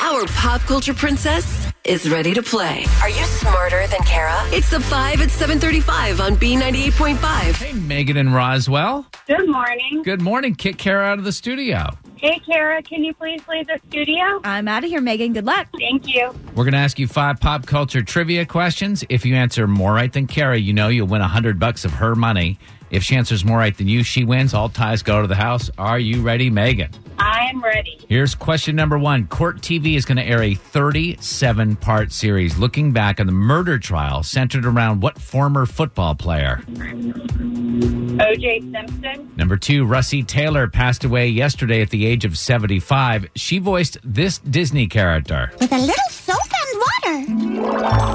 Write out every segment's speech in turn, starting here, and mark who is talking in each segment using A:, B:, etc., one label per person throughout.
A: Our pop culture princess is ready to play. Are you smarter than Kara? It's the 5 at 735 on B98.5.
B: Hey, Megan and Roswell.
C: Good morning.
B: Good morning. Kick Kara out of the studio.
C: Hey, Kara, can you please leave the studio?
D: I'm out of here, Megan. Good luck.
C: Thank you.
B: We're going to ask you five pop culture trivia questions. If you answer more right than Kara, you know you'll win a 100 bucks of her money. If she answers more right than you, she wins. All ties go to the house. Are you ready, Megan?
C: I'm ready.
B: Here's question number one. Court TV is going to air a 37 part series looking back on the murder trial centered around what former football player?
C: OJ Simpson.
B: Number two, Russie Taylor passed away yesterday at the age of 75. She voiced this Disney character.
E: with a little soap and water.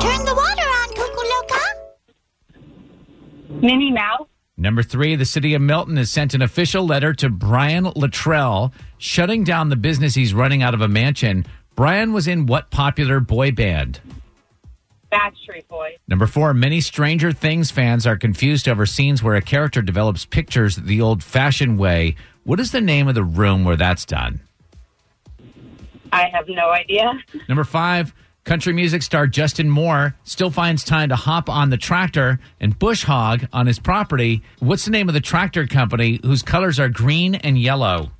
E: Turn the water on, Cuckoo
C: Minnie Mouse.
B: Number three, the city of Milton has sent an official letter to Brian Luttrell, shutting down the business he's running out of a mansion. Brian was in what popular boy band?
C: Backstreet Boys.
B: Number four, many Stranger Things fans are confused over scenes where a character develops pictures the old fashioned way. What is the name of the room where that's done?
C: I have no idea.
B: Number five, country music star Justin Moore still finds time to hop on the tractor and bush hog on his property. What's the name of the tractor company whose colors are green and yellow?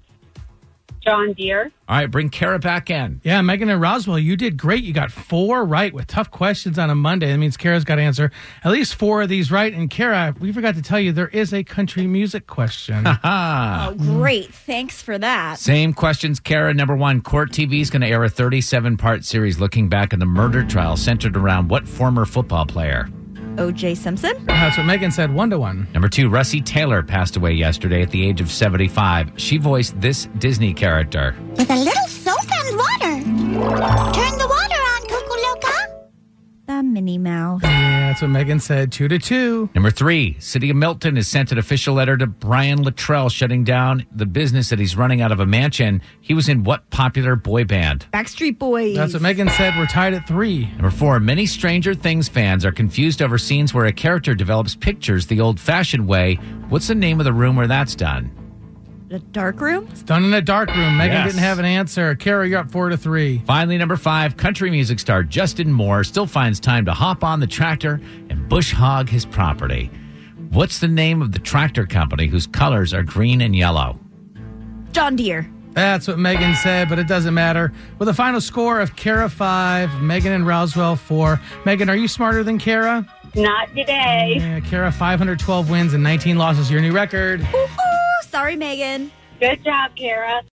C: John Deere.
B: All right, bring Kara back in.
F: Yeah, Megan and Roswell, you did great. You got four right with tough questions on a Monday. That means Kara's got to answer at least four of these right. And Kara, we forgot to tell you there is a country music question.
D: Oh, great. Thanks for that.
B: Same questions, Kara. Number one, Court TV is going to air a 37 part series looking back on the murder trial centered around what former football player?
D: OJ Simpson?
F: That's what Megan said, one to one.
B: Number two, Russie Taylor passed away yesterday at the age of 75. She voiced this Disney character.
E: Loca. With a little soap and water. Turn the water on, Cuckoo Loca.
D: The Minnie Mouse.
F: Yeah, that's what Megan said, two to two.
B: Number three, City of Milton has sent an official letter to Brian Luttrell shutting down the business that he's running out of a mansion. He was in what popular boy band?
D: Backstreet Boys.
F: That's what Megan said. We're tied at three.
B: Number four, many Stranger Things fans are confused over scenes where a character develops pictures the old fashioned way. What's the name of the room where that's done?
D: The Dark Room?
F: It's done in a dark room. Megan
B: Yes.
F: didn't have an answer. Kara, you're up four to three.
B: Finally, number five, country music star Justin Moore still finds time to hop on the tractor and bush hog his property. What's the name of the tractor company whose colors are green and yellow?
D: John Deere.
F: That's what Megan said, but it doesn't matter. With a final score of Kara five, Megan and Roswell four. Megan, are you smarter than Kara?
C: Not today.
F: Yeah, Kara, 512 wins and 19 losses, your new record.
D: Ooh, sorry, Megan.
C: Good job, Kara.